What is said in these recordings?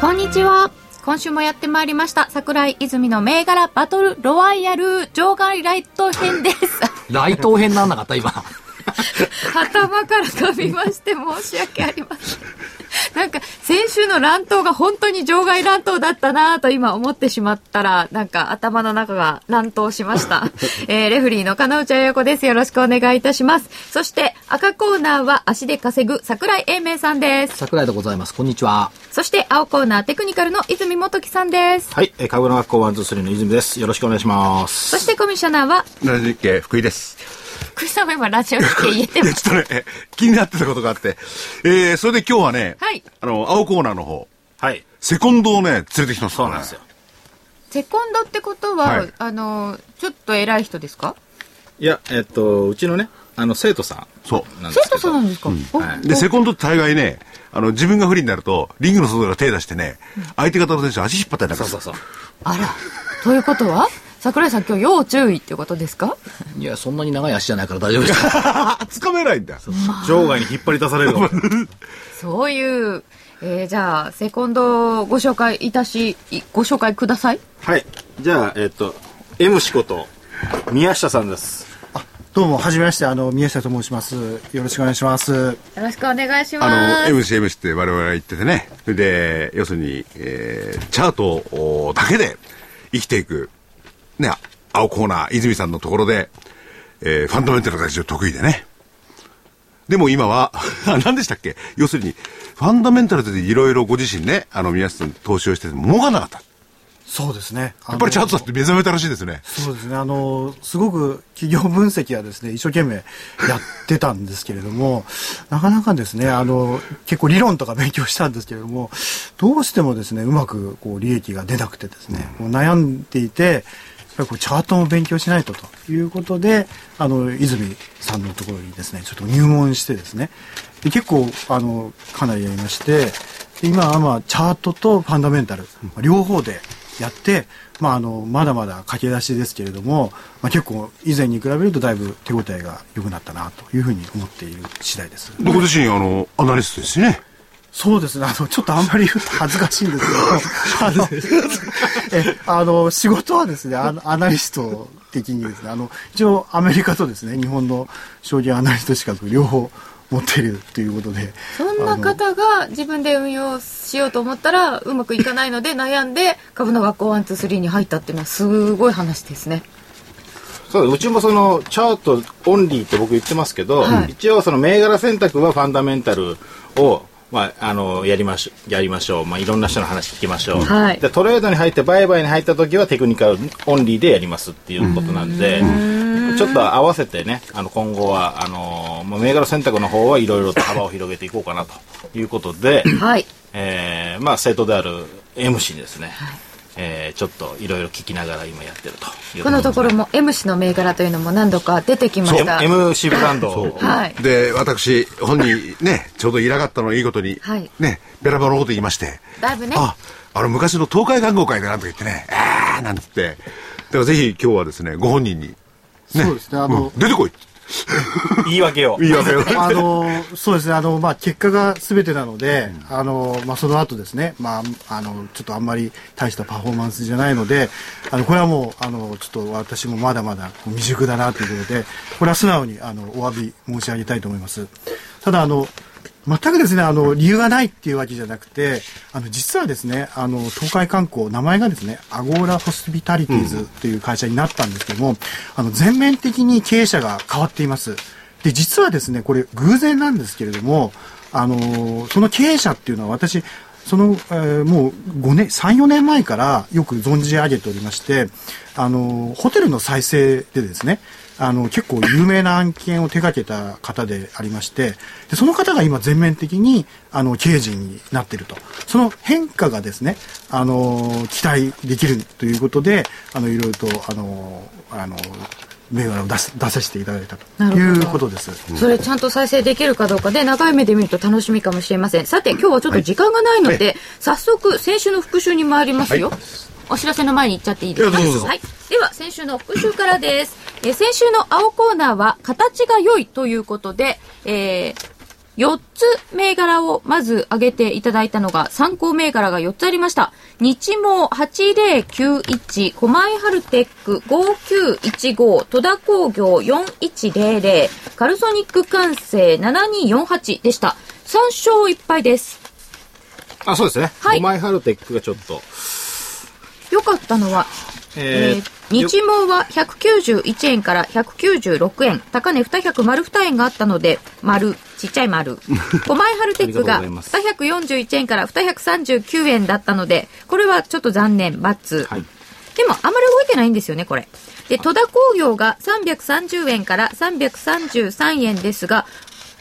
こんにちは。今週もやってまいりました。桜井泉の銘柄バトルロワイヤル場外ライト編です。来頭編なんなかった今。頭から飛びまして申し訳ありません。なんか先週の乱闘が本当に場外乱闘だったなぁと今思ってしまったら、なんか頭の中が乱闘しました。えーレフリーの金内彩子です。よろしくお願いいたします。そして赤コーナーは足で稼ぐ桜井英明さんです。 桜井でございます。こんにちは。そして青コーナーテクニカルの泉元樹さんです。はい、えー、株の学校ワンツースリーの泉です。よろしくお願いします。そしてコミッショナーはラジオ日経福井です。福井さんも今ラジオ聞け言えていま や、す。ちょっとね、気になってたことがあって。えー、それで今日はね、はいあの、青コーナーの方、はい。セコンドをね、連れてきました、ね。そうなんですよ。。セコンドってことは、はいあの、ちょっと偉い人ですかいや、えっと、うちのね、あの、生徒さそんなんで生すけ徒ど。さんなんですか、おはいで、セコンドって大概ね、あの、自分が不利になると、リングの外から手出してね、相手方の選手足引っ張ったりなんそかうそうう。そう。あら、ということは桜井さん今日要注意ってことですかいや、そんなに長い足じゃないから大丈夫です。 つかめないんだ。場外に引っ張り出されるかも。そういう、えーじゃあ、セコンドをご紹介いたし、いご紹介ください。はい。じゃあ、えっと、M 氏こと、宮下さんです。どうも、はじめまして、あの、宮下と申します。よろしくお願いします。よろしくお願いしまあす。の、MC、MC って我々は言っててね。それで、要するに、えー、チャートだけで生きていく、ね、青コーナー、泉さんのところで、えー、ファンダメンタルが一応得意でね。でも今は、 あ何でしたっけ要するに、ファンダメンタルでいろいろご自身ね、あの、皆さん投資をしてても儲かんなかった。そうですね。やっぱりチャートだって目覚めたらしいですね。そうですね。あの、すごく企業分析はですね、一生懸命やってたんですけれども、なかなかですね、あの、結構理論とか勉強したんですけれども、どうしてもですね、うまくこう利益が出なくてですね、こう悩んでいて、やっぱりこうチャートも勉強しないとということで、あの、泉さんのところにですね、ちょっと入門してですね、で結構、あの、かなりやりまして、で今はまあ、チャートとファンダメンタル、まあ両方でやって、まあ、あのまだまだ駆け出しですけれども、まあ、結構以前に比べるとだいぶ手応えが良くなったなというふうに思っている次第です。で、ご自身、あの、アナリストですしね。そうですね。あの、ちょっとあんまり言うと恥ずかしいんですけど、あの、 え、あの、仕事はですね、あのアナリスト的にですね、あの、一応アメリカとですね、日本の将棋アナリスト資格両方持っているということで、そんな方が自分で運用しようと思ったらうまくいかないので悩んで株の学校ワンツースリーに入ったっていうのはすごい話ですね。そううちもそのチャートオンリーって僕言ってますけど、はい一応その銘柄選択はファンダメンタルを、まあ、あのやりましやりましょう、まあ、いろんな人の話聞きましょう、はいでトレードに入って売買に入った時はテクニカルオンリーでやりますっていうことなんで、ちょっと合わせてねあの今後はあの、まあ、銘柄選択の方はいろいろと幅を広げていこうかなということで、はい。えーまあ、生徒である M 氏にですね、えーちょっといろいろ聞きながら今やってるというこのところも M 氏の銘柄というのも何度か出てきました。 M- MC ブランドをはい。で、私、本人ね、ちょうどいらがったのをいいことに、はいね、ベラベラのこと言いまして。だいぶねあ、あの、昔の東海観光会だなんとか言ってね、あーなんつって。だからぜひ今日はですね、ご本人に。ね、そうですねあのうん出てこい言い訳を言い訳を。 あのそうですね、あのまあ、結果がすべてなので、あのまあ、その後ですね、まああの、ちょっとあんまり大したパフォーマンスじゃないので、あのこれはもうあの、ちょっと私もまだまだ未熟だなということで、これは素直にあのお詫び申し上げたいと思います。ただあの全くですね、あの、理由がないっていうわけじゃなくて、あの、実はですね、あの、東海観光、名前がですね、アゴーラホスピタリティーズという会社になったんですけども、あの、全面的に経営者が変わっています。で、実はですね、これ偶然なんですけれども、あの、その経営者っていうのは私、その、えーもう5年、3、4年前からよく存じ上げておりまして、あの、ホテルの再生でですね、あの、結構有名な案件を手掛けた方でありまして、でその方が今全面的に、あの、経営陣になっていると。その変化がですね、あの、期待できるということで、あの、いろいろと、あの、あの、銘柄を出す出させていただいたとなるほどいうことです。それちゃんと再生できるかどうかで長い目で見ると楽しみかもしれませんさて今日はちょっと時間がないので、早速先週の復習に参りますよ、お知らせの前に行っちゃっていいですかいやどうぞどうぞはい、では先週の復習からですえー先週の青コーナーは形が良いということで、えー4つ銘柄をまず挙げていただいたのが、参考銘柄が4つありました。日毛8091、狛江ハルテック5915、戸田工業4100、カルソニック完成7248でした。3勝1敗です。あ、そうですね。はいお前ハルテックがちょっと。良かったのは、えー日毛は191円から196円、高値200丸2円があったので、丸、ちっちゃい丸。5枚 ハルテックあがりがとうござ241円から239円だったので、これはちょっと残念、バツ。はいでも、あまり動いてないんですよね、これ。で、戸田工業が330円から333円ですが、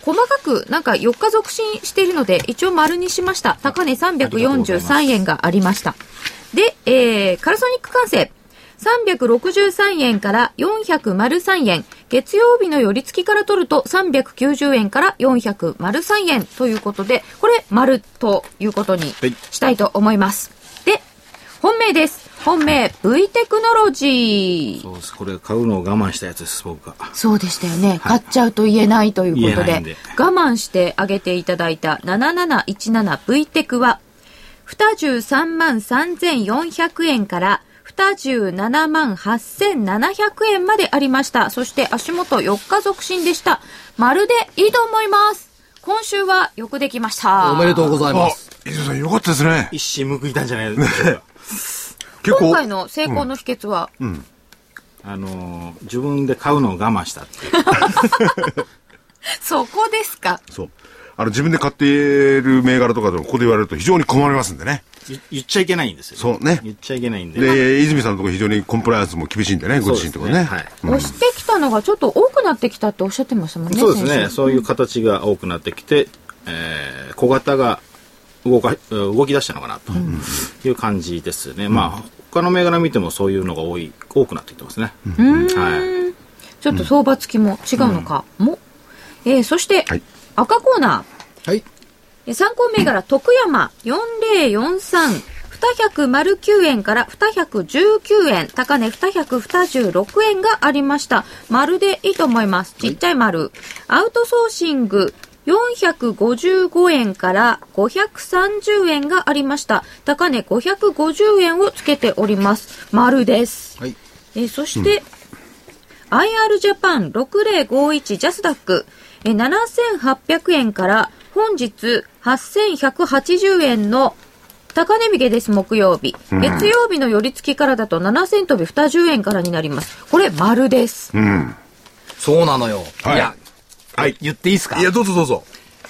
細かく、なんか4日続伸しているので、一応丸にしました。高値343円がありました。で、えー、カルソニック完成。363円から403円。月曜日の寄り付きから取ると390円から403円ということで、これ、丸ということにはいしたいと思います。で、本命です。本命、V テクノロジー。そうです。これ買うのを我慢したやつです、僕が。そうでしたよね。買っちゃうと言えないということ言えなで、いんで我慢してあげていただいた 7717V テクは、23万3400円から、27万8700円までありました。そして足元4日続伸でした。まるでいいと思います。今週はよくできました。おめでとうございまあす。、伊集院さんよかったですね。一矢報いたんじゃないですか。結今構、回の成功の秘訣は、 あのー自分で買うのを我慢した っていう。そこですか。そう。あの、自分で買ってる銘柄とかでもここで言われると非常に困りますんでね。い言っちゃいけないんですよ。そうね言っちゃいけないんで。で、泉さんのところ非常にコンプライアンスも厳しいんでね、ご自身とかね。そうですうん押してきたのがちょっと多くなってきたっておっしゃってましたもんね。そうです先ね。週そういう形が多くなってきて、えー小型が動か、動き出したのかなという感じですね。まあ、他の銘柄見てもそういうのが多い、多くなってきてますね。はい。ちょっと相場付きも違うのかも。えーそして、はい赤コーナー。はい。えー参考銘柄、徳山4043。209円から219円、高値226円がありました。丸でいいと思います。ちっちゃい丸。アウトソーシング455円から530円がありました。高値550円をつけております。丸です。はい。えーそして、IR ジャパン6051ジャスダック、えー7800円から本日8180円の高値引けです、木曜日。月曜日の寄り付きからだと7000飛び20円からになります。これ、丸です。うん。そうなのよ。はいいや、はい。言っていいですかいや、どうぞどうぞ。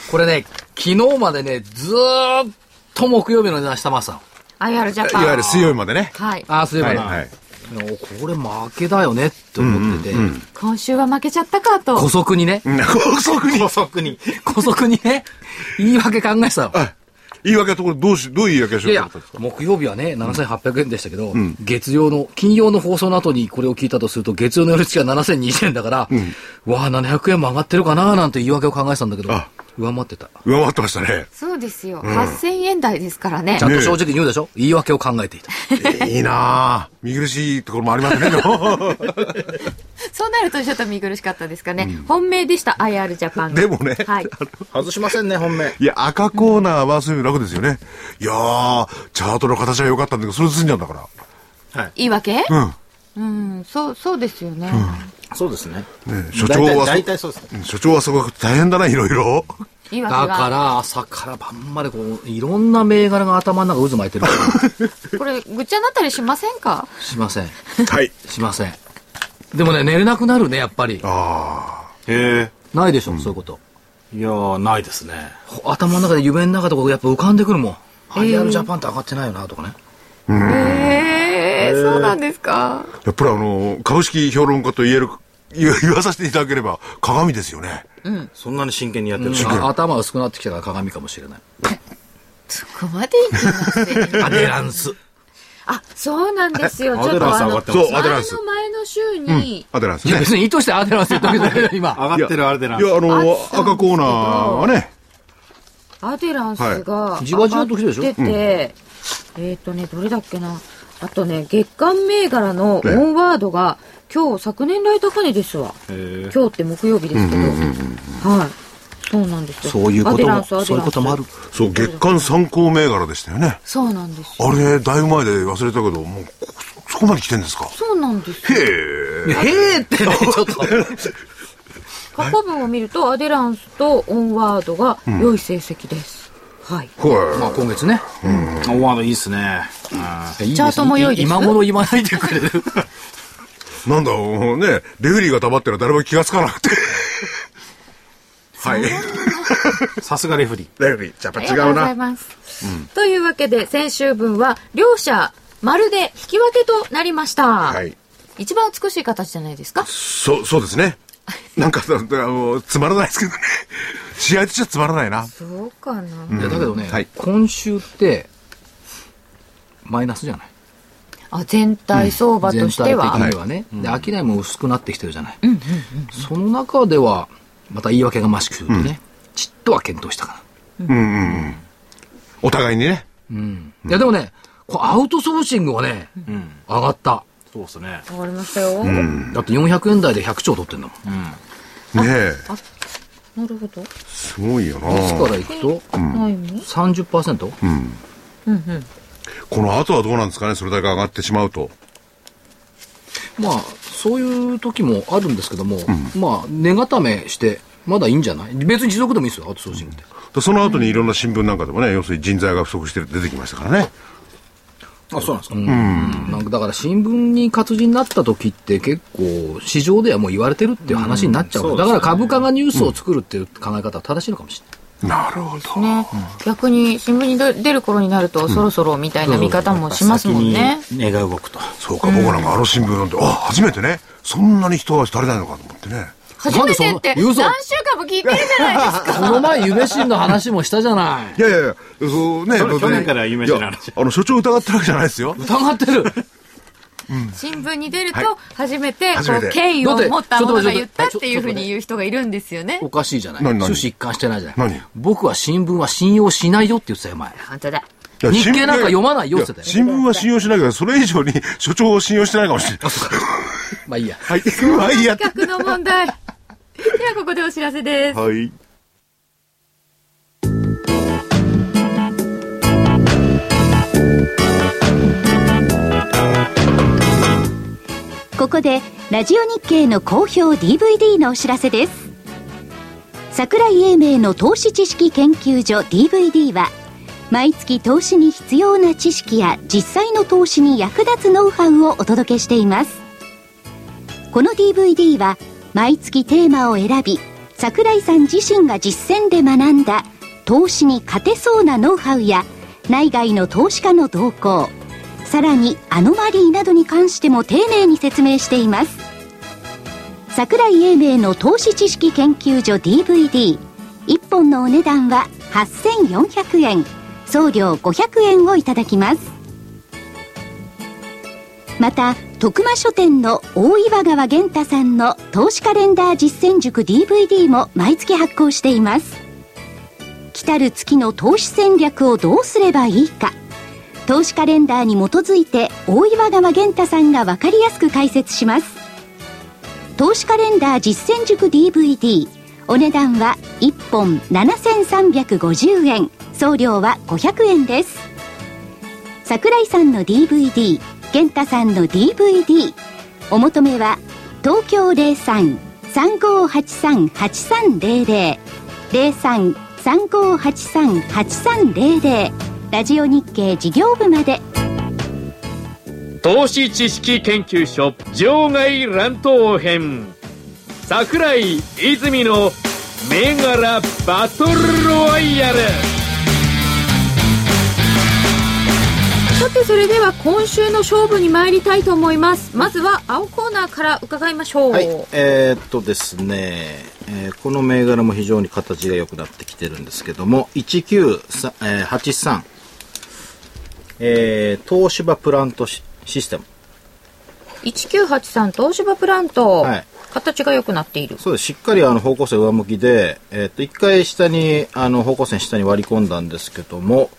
これね、昨日までね、ずーっと木曜日の値段してましたの。 IR ジャいパン。わゆる水曜日までね。はい。ああ、そういえばはい。ね、はい。のこれ負けだよねって思ってて、今週は負けちゃったかと古。速に ね、 高速に。 高速に。古速にね、言い訳考えてたの。あ言い訳はところどうし、どういう言い訳をしいやよいうやと思ったんです、か木曜日はね、7800円でしたけど、月曜の、金曜の放送の後にこれを聞いたとすると、月曜の夜付きが7020円だから、わあ、700円も上がってるかななんて言い訳を考えてたんだけどあ、上回ってた。上回ってましたね。 そうですよ。8000円台ですからねちゃんと正直に言うでしょ言い訳を考えていた。いいなぁ。見苦しいところもありますね。 そうなるとちょっと見苦しかったですかね。本命でした、IR ジャパンがでもねはい。外しませんね、本命。いや、赤コーナーはそういうの楽ですよね。いやー、チャートの形は良かったんだけど、それで済んじゃうんだか言い訳ら。うん。うん、そう、そうですよね。そうですね。ね所長はそ大体大体そうですね。うん所長はそこが大変だな、いろいろ。言いだ訳が。から、朝から晩までこう、いろんな銘柄が頭の中渦巻いてる から、これ、ぐっちゃになったりしませんかしません。はい。しません。でもね、寝れなくなるね、やっぱり。へないでしょ、そういうこと。え。いやー、ないですね。頭の中で夢の中とかやっぱ浮かんでくるもん。 IR ジャパンって上がってないよなとかね。ええそうなんですか。やっぱりあの、株式評論家と言える、言言わさせていただければ、鏡ですよね。そんなに真剣にやってるのあ頭薄くなってきたから鏡かもしれない。そこまでいきますね。アデランス。あ、そうなんですよ。えちょっアデラとあンス上がのってますそうアデランス前の前の週に、アデランスいやね。別に意図してアデランス言ったわけじゃないよ、今。上がってるあれでないや、あの、あ赤コーナーはね、アデランスがいじわ上じがわっと来てるでしょてて、えっとね、どれだっけな。あとね、月間銘柄のオええンワードが、今日昨年来高値ですわ。今日って木曜日ですけど。はい。そうなんですよ。そういうこアデとランも、スアデランスそういうこともある。そう、月間参考銘柄でしたよね。そうなんですよ。あれ、だいぶ前で忘れたけど、もう、こそこまで来てんですか。そうなんですよ。いやへーってね、ちょっと。過去分を見ると、アデランスとオンワードが良い成績です。はい。はまあ今月ね。大和のいいっすね。いいですチャートも良いです今頃言わないでくれる。い。なんだ、もうね、レフェリーが黙ってるのは誰も気がつかなくて。はい。レ さすがレフェリー。フェリー、やっぱありがとうござい。ます。というわけで、先週分は、両者、まるで引き分けとなりました。はい。一番美しい形じゃないですか。そう、そうですね。なんか、 あのつまらないですけどね。試合としてはつまらないな。そうかな。いやだけどね、はい今週って、マイナスじゃないあ、全体相場と全し体て的は。にはね。で、商いも薄くなってきてるじゃない。その中では、また言い訳がましく言うとね、ちっとは検討したかな。お互いにね。いやでもね、こうアウトソーシングはね、上がった。そうっすね。わかりましたよ。だって400円台で100兆取ってんだもん。ねえ。なるほど。すごいよな。ですからいくと、ないの30%、この後はどうなんですかね、それだけ上がってしまうと。まあ、そういう時もあるんですけども、まあ、根固めして、まだいいんじゃない別に持続でもいいですよ、アウトソーシングって。でその後にいろんな新聞なんかでもね、要するに人材が不足して出てきましたからね。あ、そうなんですか。うん。なんかだから新聞に活字になった時って結構市場ではもう言われてるっていう話になっちゃう,、うんそうでだすかねら株価がニュースを作るっていう考え方は正しいのかもしれない。なるほど。ね、逆に新聞に出出る頃になると、そろそろみたいな見方もします先もんにね。根が動くと。そうか、僕なんかあの新聞なんて、あ、初めてね、そんなに人が足りないのかと思ってね。初めてってなんでそんな言何う週ぞ間も聞いてるじゃないですか。この前、夢新の話もしたじゃないい。やいやいや、そうね、れ別に去年から有名人の話いやあの、所長疑ってるわけじゃないですよ。疑ってる。新聞に出ると、初めて、こ初めてう、敬意を持ったものが言っただっってちょっと待ってていうふうに言う人がいるんですよね。おかしいじゃない。何何趣旨一貫してないじゃない何。僕は新聞は信用しないよって言ってたよ、前。本当だ。いや日経新な聞んか読まないよって言ってた新聞は信用しないけど、それ以上に所長を信用してないかもし れない。まあいいや。 はい、うまいやって。企画の問題。 では、ここでお知らせです。はい。ここでラジオ日経の好評 DVD のお知らせです桜井英明の投資知識研究所 DVD は毎月投資に必要な知識や実際の投資に役立つノウハウをお届けしていますこの DVD は毎月テーマを選び桜井さん自身が実践で学んだ投資に勝てそうなノウハウや内外の投資家の動向さらにアノマリーなどに関しても丁寧に説明しています桜井英明の投資知識研究所 DVD1 本のお値段は8400円送料500円をいただきますまた徳間書店の大岩川源太さんの投資カレンダー実践塾 DVD も毎月発行しています来たる月の投資戦略をどうすればいいか投資カレンダーに基づいて大岩川源太さんが分かりやすく解説します投資カレンダー実践塾 DVD お値段は1本7350円送料は500円です桜井さんの DVD 源太さんの DVD お求めは東京03-3583-8300 03-3583-8300ラジオ日経事業部まで投資知識研究所場外乱闘編桜井泉の銘柄バトルロワイヤルさてそれでは今週の勝負に参りたいと思いますまずは青コーナーから伺いましょう、はい、えーっとですね、えーこの銘柄も非常に形が良くなってきてるんですけども、1983、えー83えー東芝プラントシシステム。 1983東芝プラント、はい形が良くなっているそうです。しっかりあの方向性上向きで、えーっと、一回下に、あの方向線下に割り込んだんですけども、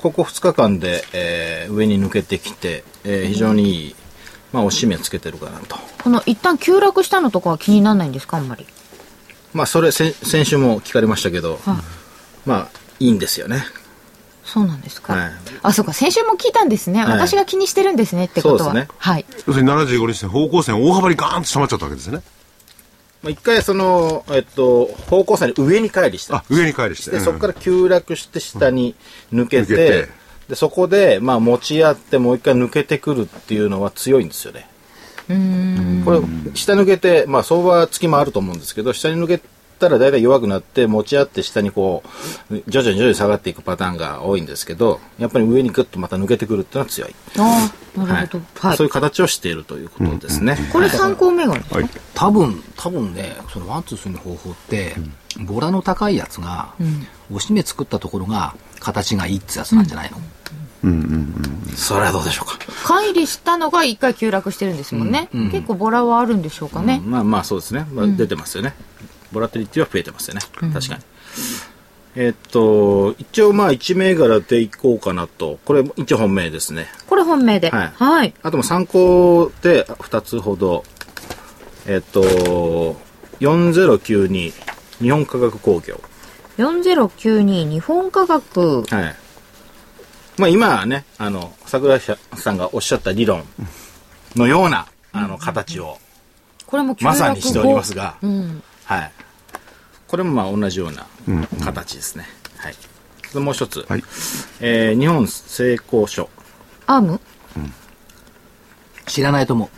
ここ2日間で、えー上に抜けてきて、えー非常にいい、まあ、おしめつけてるかなと。この一旦急落したのとかは気にならないんですかあんまりまあ、それ、先先週も聞かれましたけど、まあ、いいんですよね。そうなんですか、はいあそうか先週も聞いたんですね、はい私が気にしてるんですねってことそは、うですねはい要するに75日線方向線大幅にガーンと下まっちゃったわけですねまあ、一回その、えっと、方向線に上に帰りしたあ上に帰りしてで、うんそこから急落して下に抜けて,、抜けてでそこで、まあ、持ち合ってもう一回抜けてくるっていうのは強いんですよねこれ下抜けて、まあ、相場付きもあると思うんですけど下に抜けたら大体弱くなって持ち合って下にこう徐々に徐々に下がっていくパターンが多いんですけどやっぱり上にグッとまた抜けてくるっていうのは強い、ああなるほど、はいそういう形をしているということですね、これ参考銘柄ですか、はい多分多分ねそのワンツースリーの方法って、ボラの高いやつが、おしめ作ったところが形がいいってやつなんじゃないの、それはどうでしょうか乖離したのが一回急落してるんですもんね、結構ボラはあるんでしょうかね、まあまあそうですね、まあ、出てますよね、ボラテリティは増えてますよね、確かに。えっと、一応まあ1銘柄でいこうかなと、これ一応本命ですね。これ本命でははいい、はいあとも参考で2つほど、えっと、4092日本科学工業。 4092日本科学はい。まあ今はね、あの、桜井さんがおっしゃった理論のような、あの、形を、これも急ま落後さにしておりますが、うん、はい。これもまあ同じような形ですね。はい。それもう一つ。はいえー日本製鋼所。アーム知らないと思う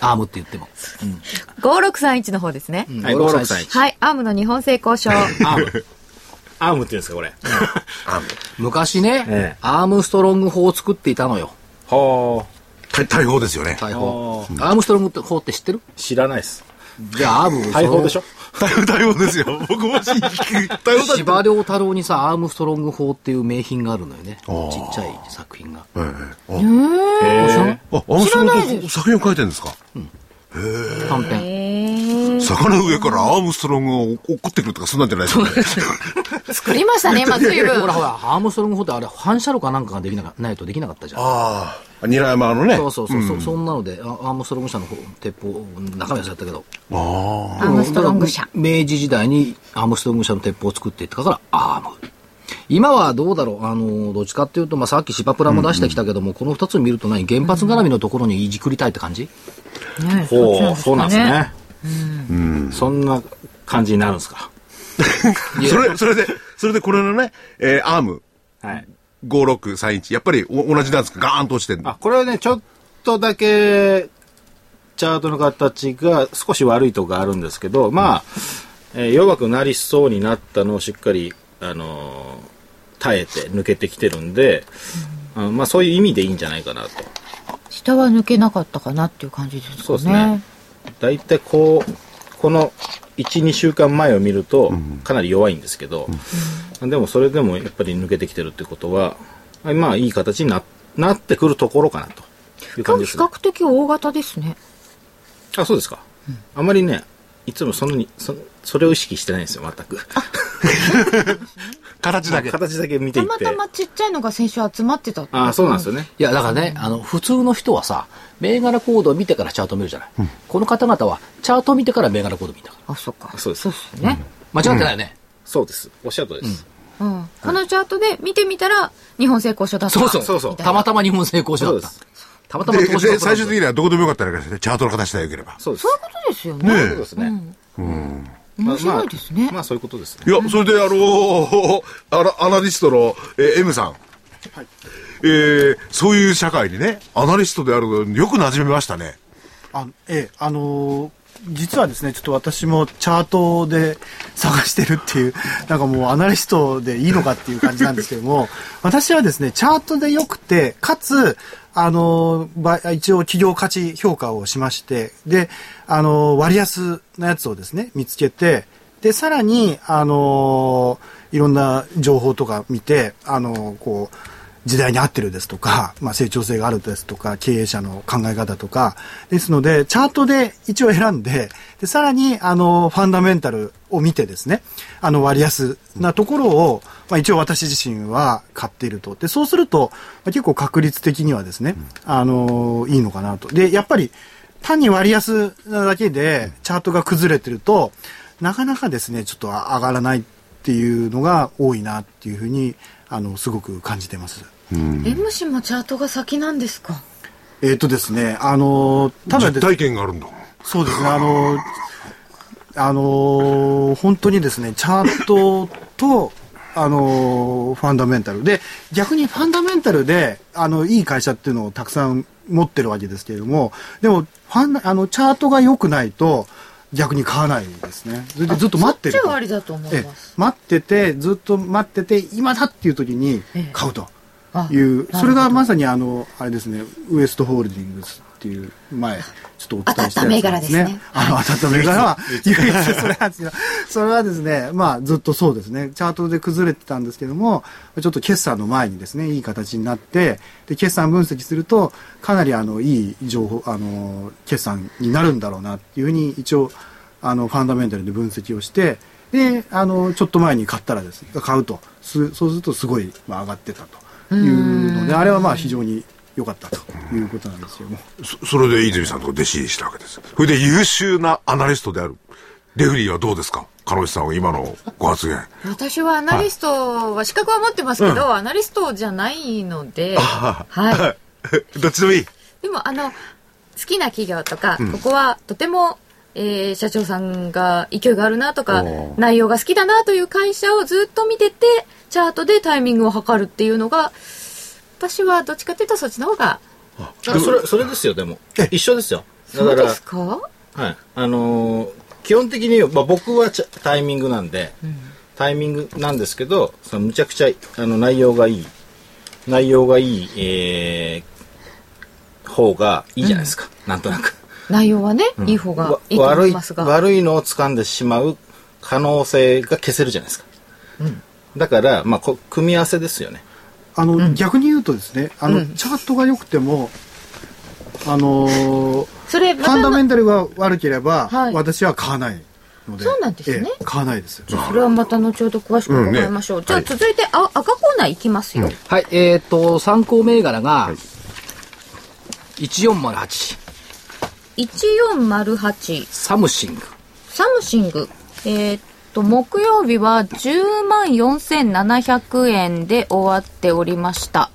アームって言っても5631の方ですね、はい、5631。はいアームの日本製交渉アーム。アームって言うんですか、これ。昔ね、ええアームストロング法を作っていたのよは大大砲ですよね大砲あアームストロング法って知ってるあ。知らないです。じゃあアームを大砲でしょ大砲大砲ですよ僕もし大砲司だ馬遼太郎にさアームストロング法っていう名品があるのよねちーっちゃい作品がええあああの人の作品を書いてるんですか短編魚の上からアームストロングを落っこってくるとかそんなんじゃないですよね作りました ね今随分ほらほらアームストロング法ってあれ反射炉かなんかができなかないとできなかったじゃんああ韮山のねそうそうそう、そそんなので、あアームストロング社の方鉄砲、中身は忘れたけど、ああアームストロング社だから明治時代にアームストロング社の鉄砲を作っていったから、アーム。今はどうだろう、あのどっちかっていうと、まあ、さっき芝プラも出してきたけども、この2つ見ると何、原発絡みのところにいじくりたいって感じ、ねほう、そそううななんんでですすかねね。うんそんな感じになるんですか。それそれでそれでこれのね、えーアームはい。 5631やっぱりお同じなんですかガーンと落ちてるあ、これはね、ちょっとだけ、チャートの形が少し悪いとこがあるんですけど、まあ、えー弱くなりそうになったのをしっかり、あのー耐えて抜けてきてるんで、あのまあそういう意味でいいんじゃないかなと。下は抜けなかったかなっていう感じですかねそうですねだいたいこう、この1、2週間前を見ると、かなり弱いんですけど、でもそれでもやっぱり抜けてきてるってことは、まあいい形にななってくるところかなという今感日じ比ですね較的大型ですねあ、そうですか。あまりね、いつもそのに、そそれを意識してないんですよ、全く。形 だけ形だけ見たていって。またまちっちゃいのが先週集まってたってあ、そうなんですよね。いや、だからね、あの、普通の人はさ、銘柄コードを見てからチャート見るじゃない。この方々は、チャートを見てから銘柄コード見たから。あそうかそうですそうですよね、間違ってないよね。そうです。おっしゃるとりです。うん、このチャートで見てみたら日本製交渉だった そうそう。そうそうたまたま日本成功者だそうっでたす。。たまたまで東芝でプラン最ト終的にはどこでもよかったわけですねチャートの形さえ良ければそうです。そういうことですよねそういうことですね。まあ面白いですね、まあ、まあそういうことですね。いや、それであのーあらアナリストの、えー M さん。えーそういう社会にね、アナリストであることによく馴染みましたね。あええ、あのー実はですね、ちょっと私もチャートで探してるっていう、 なんかもうアナリストでいいのかっていう感じなんですけども、 私はですね、チャートで良くて、かつ、あの、ば一応企業価値評価をしまして、で、あの、割安なやつをですね、見つけて、で、さらに、あの、いろんな情報とか見て、あの、こう、時代に合ってるですとか、まあ、成長性があるですとか、経営者の考え方とか、ですので、チャートで一応選んで、でさらに、あの、ファンダメンタルを見てですね、あの、割安なところを、まあ、一応私自身は買っていると。で、そうすると、まあ結構確率的にはですね、あの、いいのかなと。で、やっぱり、単に割安なだけで、チャートが崩れてると、なかなかですね、ちょっと上がらないっていうのが多いなっていうふうに、あの、すごく感じてます。 M 氏もチャートが先なんですかえっ、とですね、あの、ただ実で体験があるんだ。そうですね、あの、あの、本当にですね、チャートと、あの、ファンダメンタル。で、逆にファンダメンタルで、あの、いい会社っていうのをたくさん持ってるわけですけれども、でも、ファンダ、あの、チャートが良くないと、逆に買わないですね。それでずっと待ってるそっちと。はありだと思いええます待っててずっと待ってて今だっていう時にええ買うとあいう、なそるほどれがまさにあのあれですねウエストホールディングスっていう前ちょっとお伝えしたやつな当たったん銘柄ですねあの当たった銘柄は 唯一それなんですよそれはですねまあずっとそうですねチャートで崩れてたんですけどもちょっと決算の前にですねいい形になってで決算分析するとかなりあのいい情報あの決算になるんだろうなっていうふうに一応あのファンダメンタルで分析をしてであのちょっと前に買ったらですね買うとすそうするとすごい、まあ、上がってたというのであれはまあ非常に良かったということなんですよもそそれで泉さんと弟子入りしたわけです。それで優秀なアナリストである。レフリーはどうですか彼女さんは今のご発言。私はアナリストは資格は持ってますけど、アナリストじゃないので、はい。 どっちでもいい。でもあの好きな企業とか、ここはとても、えー社長さんが勢いがあるなとか内容が好きだなという会社をずっと見ててチャートでタイミングを測るっていうのが私はどっちかというとそっちの方があそれそれですよでも一緒ですよだそかうでらすかはいあのー基本的に、まあ、僕はちゃタイミングなんで、タイミングなんですけどそのむちゃくちゃあの内容がいい内容がいい、えー方がいいじゃないですか、なんとなく内容はね、いい方がわいいと思悪いいますが悪いのを掴んでしまう可能性が消せるじゃないですか、だから、まあ、こ組み合わせですよねあの、逆に言うとですねあの、チャートが良くてもあのーそれフまァンダメたンタルが悪ければ、はい私は買わないのでそうなんですねええ買わないですよそれはまた後ほど詳しく伺いましょう、うんねじゃあはい続いて、あ赤コーナーいきますよ、はい、えっ、と、参考銘柄が、1408、 1408サムシング。サムシング、えーっと、木曜日は10万4700円で終わっておりました。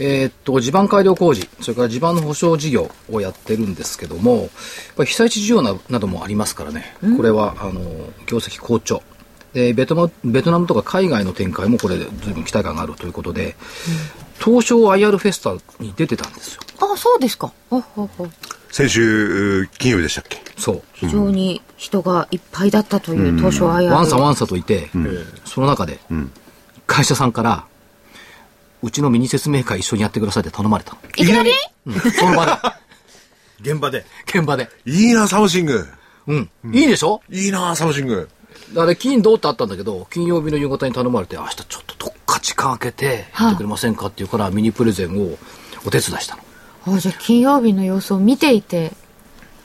えーっと、地盤改良工事、それから地盤の保証事業をやってるんですけども、やっぱり被災地事業ななどもありますからね、これは、あの、業績好調。でベトナム、ベトナムとか海外の展開もこれ、ずいぶん期待感があるということで、東証 IR フェスタに出てたんですよ。あ、そうですか。ほほほ先週、金曜日でしたっけそう。非常に人がいっぱいだったという当初はやワンサワンサといて、その中で、会社さんから、うちのミニ説明会一緒にやってくださいって頼まれたの。いきなりうんその場で、現場で現場で。いいな、サムシング。うん。いいでしょいいな、サムシング。だから金土ってあったんだけど金曜日の夕方に頼まれて明日ちょっとどっか時間空けてやってくれませんかっていうからミニプレゼンをお手伝いしたの、あ、じゃあ金曜日の様子を見ていて、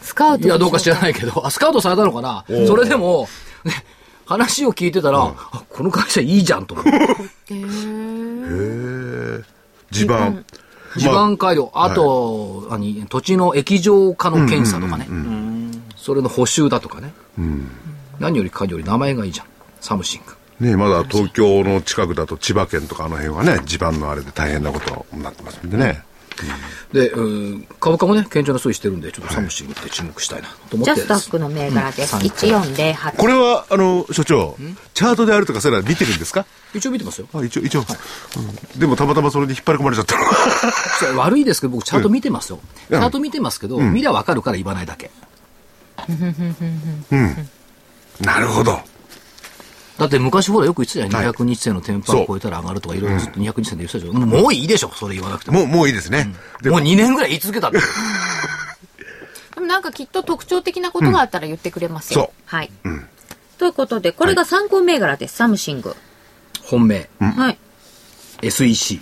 スカウト。いやどうか知らないいけどあスカウトされたのかなそれでも、ね、話を聞いてたら、あこの会社いいじゃんと思ってへー地盤。地盤改良、あと、何土地の液状化の検査とかね、それの補修だとかね、何よりかより名前がいいじゃんサムシングねまだ東京の近くだと千葉県とかあの辺はね、地盤のあれで大変なことになってますんでね。で、うん、株価もね堅調な推移してるんでちょっとサムシングって注目したいなと思っジてャスタックの銘柄です。1408。これは、あの、所長、チャートであるとかそういうのは見てるんですか一応見てますよあ、一応、一応、うんでもたまたまそれに引っ張り込まれちゃったの。そう悪いですけど僕チャート見てますよ、うんチャート見てますけど、見りゃ分かるから言わないだけなるほど。だって昔ほらよく言ってたよね、はい200日線の天板を超えたら上がるとかいろいろずっと200日線で言ってたでしょ、もういいでしょそれ言わなくてももう、もういいですね。でもう2年ぐらい言い続けたんだよでもなんかきっと特徴的なことがあったら言ってくれますよ。うんそうはい。ということで、これが参考銘柄です、サムシング。本命はい。 SEC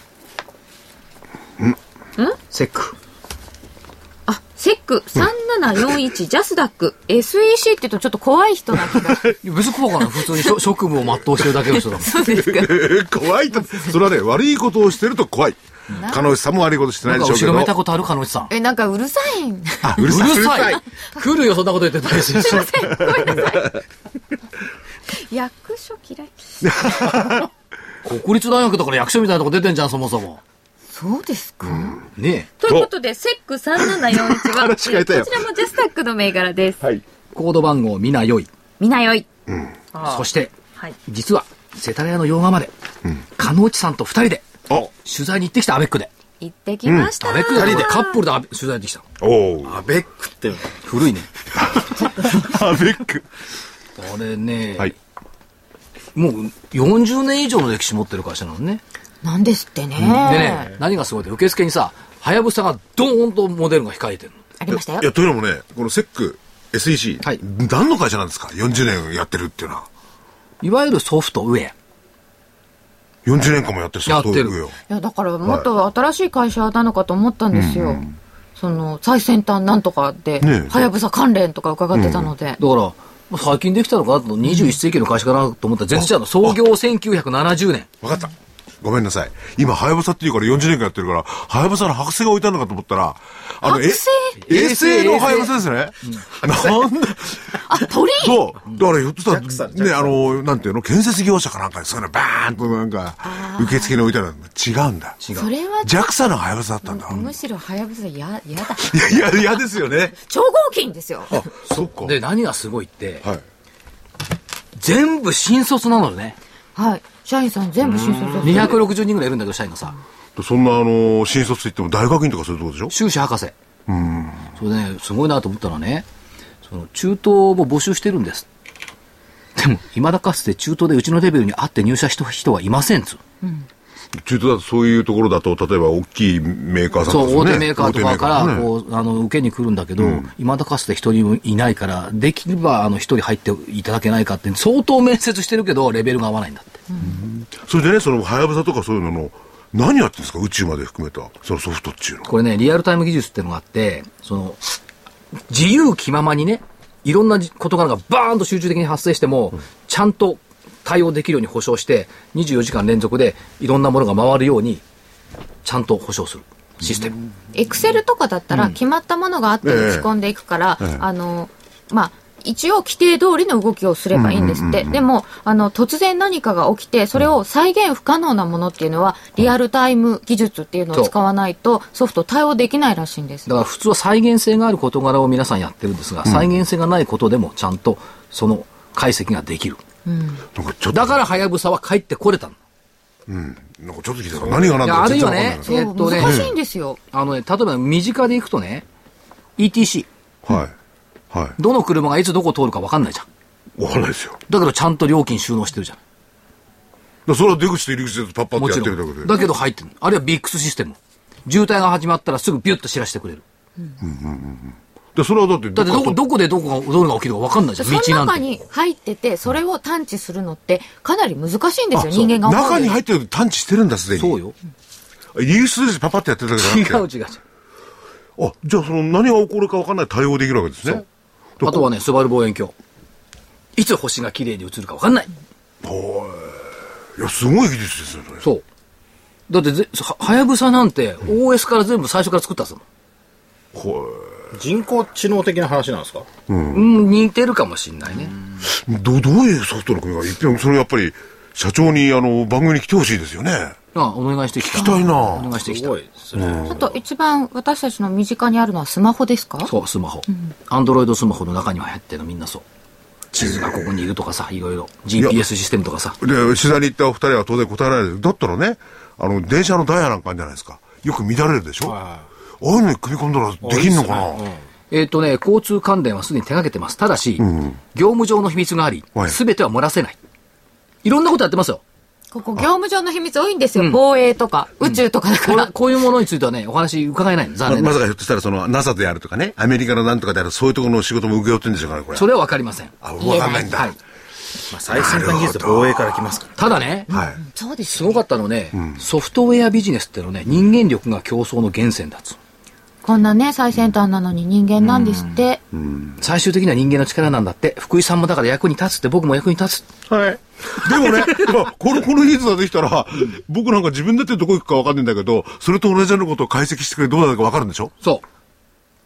セックあ、セック3741、ジャスダック、SEC って言うとちょっと怖い人な気が。いや別に怖かない普通にしょ 職務を全うしてるだけの人だ もんそうですか。怖いと、それはね、悪いことをしてると怖い。彼女さんも悪いことしてなないんでかしょう後けろど。めたことあるかのうちさんえ、なんかうるさい ん。あ、うるさい。うるさい。来るよそんなこと言ってたりし役所嫌い。国立大学とかの役所みたいなとこ出てんじゃんそもそも そうですか。ねということで、セック3741は、こ 話ち変えたよらもジャスダックの銘柄です。はい。えコード番号みなよいみなよい。そしてはい。実は世田谷の洋画まで加納内さんと二人でお、取材に行ってきたアベックで行ってきました。アベックでカップルでアベ取材できたおう。アベックって、古いねアベック。あれね、はい。もう40年以上の歴史持ってる会社なのねなんですってね。でね何がすごいって受付にさはやぶさがドーンとモデルが控えてるのありましたよい。や、というのもね、このセック、SEC、はい何の会社なんですか ?40 年やってるっていうのは。いわゆるソフトウェア40年間もやってるソフトウェアやっよ。いやだからもっと新しい会社なのかと思ったんですよ、その最先端なんとかでねえはやぶさ関連とか伺ってたので、だから、まあ最近できたのかなと、21世紀の会社かなと思ったら、全然違うの。創業1970年。わかった。ごめんなさい。今、はやぶさっていうから40年間やってるから、はやぶさの博士が置いてあるのかと思ったら、あの、え博士衛星のはやぶさですね。なんだ、あ鳥居そう。だから、ひょっとしたら、ね、あの、なんていうの、建設業者かなんかに、そういうのバーンとなんか、受付に置いてあるの違うんだ。それは JAXA のはやぶさだったんだ。むしろはやぶさややだいや、いや、嫌ですよね。超合金ですよあ、そっか。で、何がすごいって、はい。全部新卒なのよね。はい社員さん全部新卒です260人ぐらいいるんだけど、社員がさ、そんな、あの、新卒といっても大学院とかそういうとこでしょ修士博士。それでね、すごいなと思ったのはね、その、中東を募集してるんです。でも、未だかつて中東でうちのレベルに合って入社した人はいませんっつう。中途だとそういうところだと、例えば大きいメーカーさんとかそう、ね大手メーカーとかか大手メら、ーカーねこう、あの、受けに来るんだけど、未だかつて一人もいないから、できれば、あの、一人入っていただけないかって、相当面接してるけど、レベルが合わないんだって。それでね、その、はやぶさとかそういうのの、何やってるんですか宇宙まで含めた、そのソフトっていうのは。これね、リアルタイム技術ってのがあって、その、自由気ままにね、いろんなじ事柄がバーンと集中的に発生しても、ちゃんと対応できるように保証して、24時間連続でいろんなものが回るように、ちゃんと保証するシステム。エクセルとかだったら決まったものがあってええ打ち込んでいくから、あのまあ一応規定通りの動きをすればいいんですって、でもあの突然何かが起きてそれを再現不可能なものっていうのはリアルタイム技術っていうのを使わないとソフト対応できないらしいんですだから普通は再現性がある事柄を皆さんやってるんですが、再現性がないことでもちゃんとその解析ができる。なんかちょっと、だから、はやぶさは帰ってこれたの。なんかちょっと聞いたから何が何いだやあかる全然よわかんないねな。。えっとね、難しいんですよ、あのね、例えば身近で行くとね、ETC、はい。はどの車がいつどこ通るか分かんないじゃん。い。わかんないですよ。だかだけどちゃんと料金収納してるじゃん。らそれは出口と入り口でパッパッもとちやってろるだけで。ん。だけど入ってる。あるいはビックスシステム。渋滞が始まったらすぐビュッと知らせてくれる。でそれはだって、だってどこ、どこでどこが、どれが起きるか分かんないじゃん。道そのな中んて。に入っててそれを探知するのってかなり難しいんですよあそう人間が思うよ中りに入ってると探知してるんだ、すでに。そう。よ。イギリスでパパッとやってるだけ違じゃなうくて。違う違う。あ、じゃあその何が起こるかわかんない対応できるわけですね。どこあとはね、スバル望遠鏡。いつ星が綺麗に映るか分かんない。いや、すごい技術ですよね。そう。だってぜ、ははやぶさなんて OS から全部最初から作ったんですもん。ほ人工知能的な話なんですかうん、似てるかもしんないね。いど、どういうソフトの国がいっぺん、それやっぱり、社長に、あの、番組に来てほしいですよね。あお願いしてきた。聞きたいなお願いしてきすたご。いですね。あと一番私たちの身近にあるのはスマホですかそう、スマホ。アンドロイドスマホの中には入ってるのみんなそう。地図がここにいるとかさ、いろいろ。GPS システムとかさ。で、取材に行ったお二人は当然答えられる。だったらね、あの、電車のダイヤなんかあるんじゃないですか。よく乱れるでしょ。ああいうのに組み込んだらできんのかな。えっ、とね、交通関連はすでに手掛けてます。ただし、業務上の秘密がありは、いすべては漏らせない。いろんなことやってますよ。ここ業務上の秘密多いんですよ。防衛とか、宇宙とかだかこれら。こういうものについてはね、お話伺えないの、残ま念なまがら。さかひょっとしたらその NASA であるとかね、アメリカのなんとかであるそういうところの仕事も請け負ってるんでしょうかね、これ。それはわかりません。あ、わかんないんだ。はい。まあ、最先端技術で防衛から来ますから。ただね、はい。そうですすごかったのね、ソフトウェアビジネスってのね、人間力が競争の源泉だっつう。こんなね、最先端なのに人間なんですって。最終的には人間の力なんだって、福井さんもだから役に立つって、僕も役に立つ。はい。でもね、 まあこの、この技術ができたら、僕なんか自分だってどこ行くかわかんないんだけど、それと同じようなことを解析してくれてどうなるかわかるんでしょそ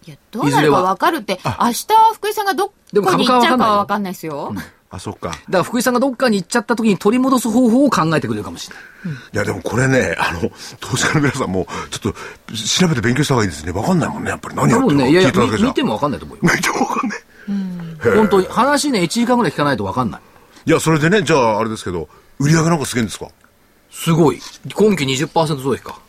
いや、どうなるか分かるって、明日福井さんがどこでもに行っちゃう株価は分かんないかよは分かんないですよ。あ、そっか。う。だから福井さんがどっかに行っちゃった時に取り戻す方法を考えてくれるかもしれない。いや、でもこれね、あの、投資家の皆さんも、ちょっと、調べて勉強した方がいいですね。わかんないもんね、やっぱり。何や多って分るかね、いやい聞や、いただけ見じゃ。見 てもわかんないと思うよ。めっちゃわかんない。本当に。話ね、1時間ぐらい聞かないとわかんない。いや、それでね、じゃあ、あれですけど、売り上げなんかすげえんですかすごい。今期20%増益か。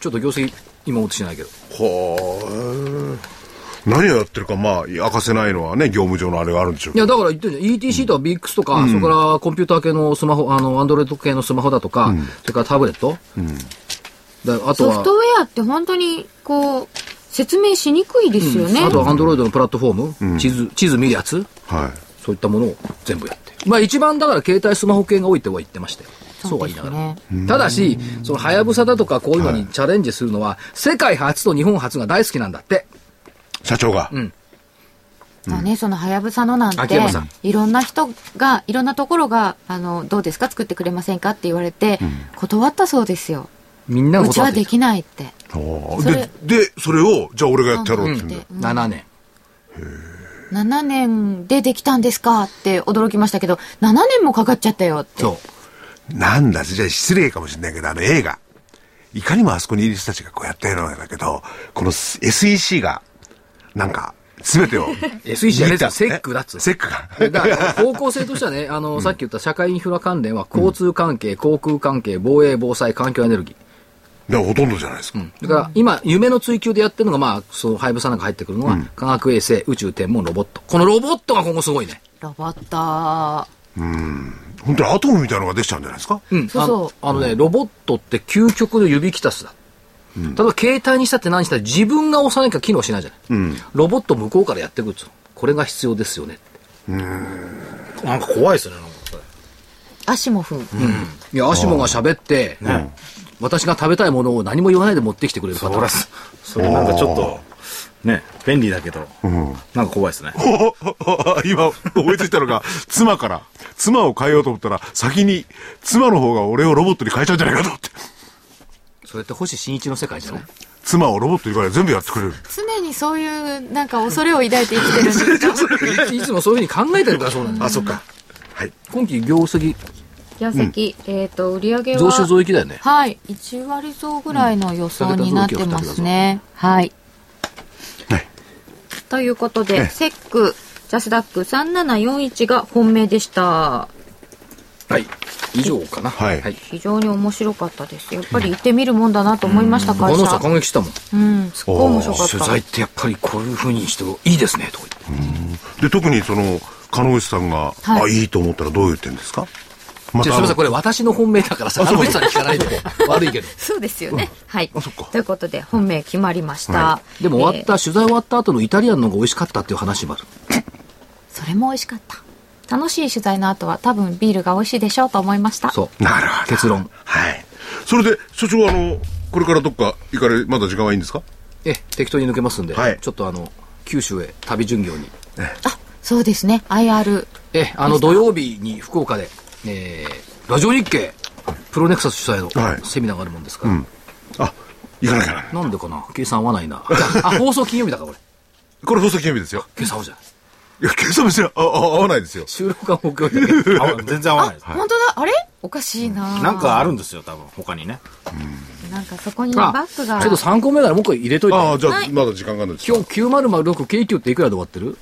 ちょっと業績、今落ちてないけど。はあ。何をやってるか、まあ、明かせないのはね、業務上のあれがあるんでしょういや、けど。だから言ってるじゃん。ETC とか BX とか、それからコンピューター系のスマホ、あの、アンドロイド系のスマホだとか、それからタブレット。だあとソフはトウ、ェアって本当に、こう、説明しにくいですよね。あとはアンドロイドのプラットフォーム、地図、地図見るやつ、はい。そういったものを全部やってる。まあ一番だから携帯スマホ系が多いっては言ってましたよ。そうは言いながら。ただし、その、はやぶさだとかこういうのにチャレンジするのは、世界初と日本初が大好きなんだって。社長が。うん。まあね、そのはやぶさのなん秋て山さんいろんな人がいろんなところがあのどうですか作ってくれませんかって言われて、断ったそうですよみんながうち断はってできないってああそれで、で、それを、じゃあ俺がやってやろうって言うんだよ。うん7年。 7年でできたんですかって驚きましたけど7年もかかっちゃったよってそう。なんだ、じゃあ失礼かもしれないけど、あの映画。いかにもあそこにいる人たちがこうやったようなんだけど、この SEC が、なんか、すべてを。 SEC じゃねえぞ見たセックだっつうセックが。だから方向性としてはね、あの、さっき言った社会インフラ関連は、交通関係、航空関係、防衛、防災、環境エネルギー。だからほとんどじゃないですか。だから今、夢の追求でやってるのが、まあ、その、ハイブさんなんか入ってくるのは、科学衛星、宇宙天文、ロボット。このロボットが今後すごいね。ロボット本当にアトムみたいなのができちゃうんじゃないですか。うん。そうそうあのあのね、ロボットって究極の指きたすだ。例えば、携帯にしたって何したって自分が押さなきゃ機能しないじゃない。ロボット向こうからやってくるっつうのこれが必要ですよねって。なんか怖いですね、なんかそれ。足も踏む、いや、アシモが喋って、私が食べたいものを何も言わないで持ってきてくれる方そら、それなんかちょっと、ね、便利だけど、なんか怖いですね。 今、思いついたのが、妻から、妻を変えようと思ったら、先に、妻の方が俺をロボットに変えちゃうんじゃないかと思って。それって星新一の世界じゃない妻をロボットに変え全部やってくれる。常にそういうなんか恐れを抱いて生きてるんですかいついつ もそういうふうに考えてるからそうなんだよ。あ、そっか。はい。今期業績業績、えっ、と売上は増収増益だよね。はい1割増ぐらいの予想になってますね、はいはい。ということええで、セック、ジャスダック3741が本命でした。はい。以上かな。はい非常に面白かったです。やっぱり行ってみるもんだなと思いました、あ会の人社。感激したもん。うん、すっごい面白かっ。取材ったてやっぱりこういうふうにしていいですね、とか言って。で、特にその、鹿野内さんが、はいあ、いいと思ったらどう言ってんですかまじゃあすみません、これ私の本命だからさ、あの人に聞かないで。悪いけど。そうですよね。はい。あそっかということで、本命決まりました。でも終わった、取材終わった後のイタリアンの方が美味しかったっていう話もある。それも美味しかった。楽しい取材の後は多分ビールが美味しいでしょうと思いました。そ なるほど。結論。はい。それで、所長、あの、これからどっか行かれ、まだ時間はいいんですかう。ええ、適当に抜けますんではい、ちょっとあの、九州へ旅巡業にあ、そうですね。IR。ええ、あの土曜日に福岡で、えー、ラジオ日経プロネクサス主催はいのセミナーがあるもんですから、あ、行かなきゃな。なんでかな計算合わないなあ放送金曜日だから俺これ放送記念日ですよ。計算合うじゃないいや、計算別にああ合わないですよ。収録が木曜日だけ どあ全然合わ ないです。本当だ。あれおかしいな。なんかあるんですよ、多分、他にね。なんかそこにバあッちグょが。っと参考銘柄もう一個入れといてああ、じゃあ、はいまだ時間があるんです今よ。日9006京急っていくらで終わってる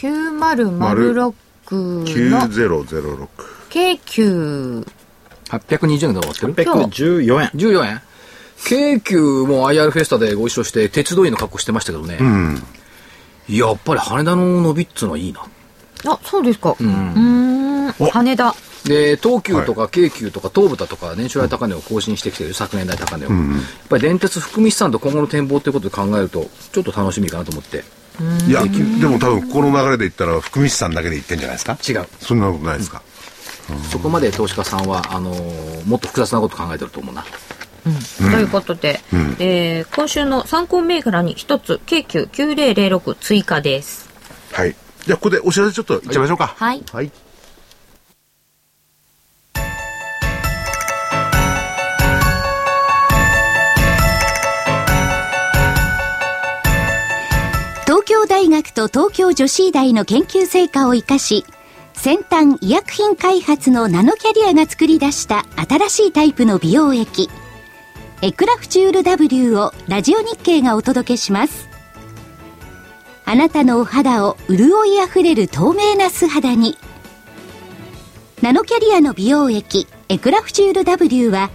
9006の9006。京急 ?820 円で終わってる614円。 14円京急も IR フェスタでご一緒して鉄道員の格好してましたけどね、やっぱり羽田の伸びっつうのはいいな。あ、そうですか。うーん。ん羽田。で、東急とか京急とか東武だとか年初来高値を更新してきてる、昨年来高値を。やっぱり電鉄含み資産と今後の展望ということで考えると、ちょっと楽しみかなと思って。いや、でも多分この流れで言ったら、福光さんだけで言ってんじゃないですか違う。そんなことないですか、そこまで投資家さんは、あのーもっと複雑なこと考えてると思うな。ということで、えー今週の参考銘柄に一つ、京急9006追加です。はい。じゃあ、ここでお知らせちょっといっちゃいましょうか。はい。はい。東京大学と東京女子医大の研究成果を生かし先端医薬品開発のナノキャリアが作り出した新しいタイプの美容液エクラフチュール W をラジオ日経がお届けしますあなたのお肌を潤いあふれる透明な素肌にナノキャリアの美容液エクラフチュール W は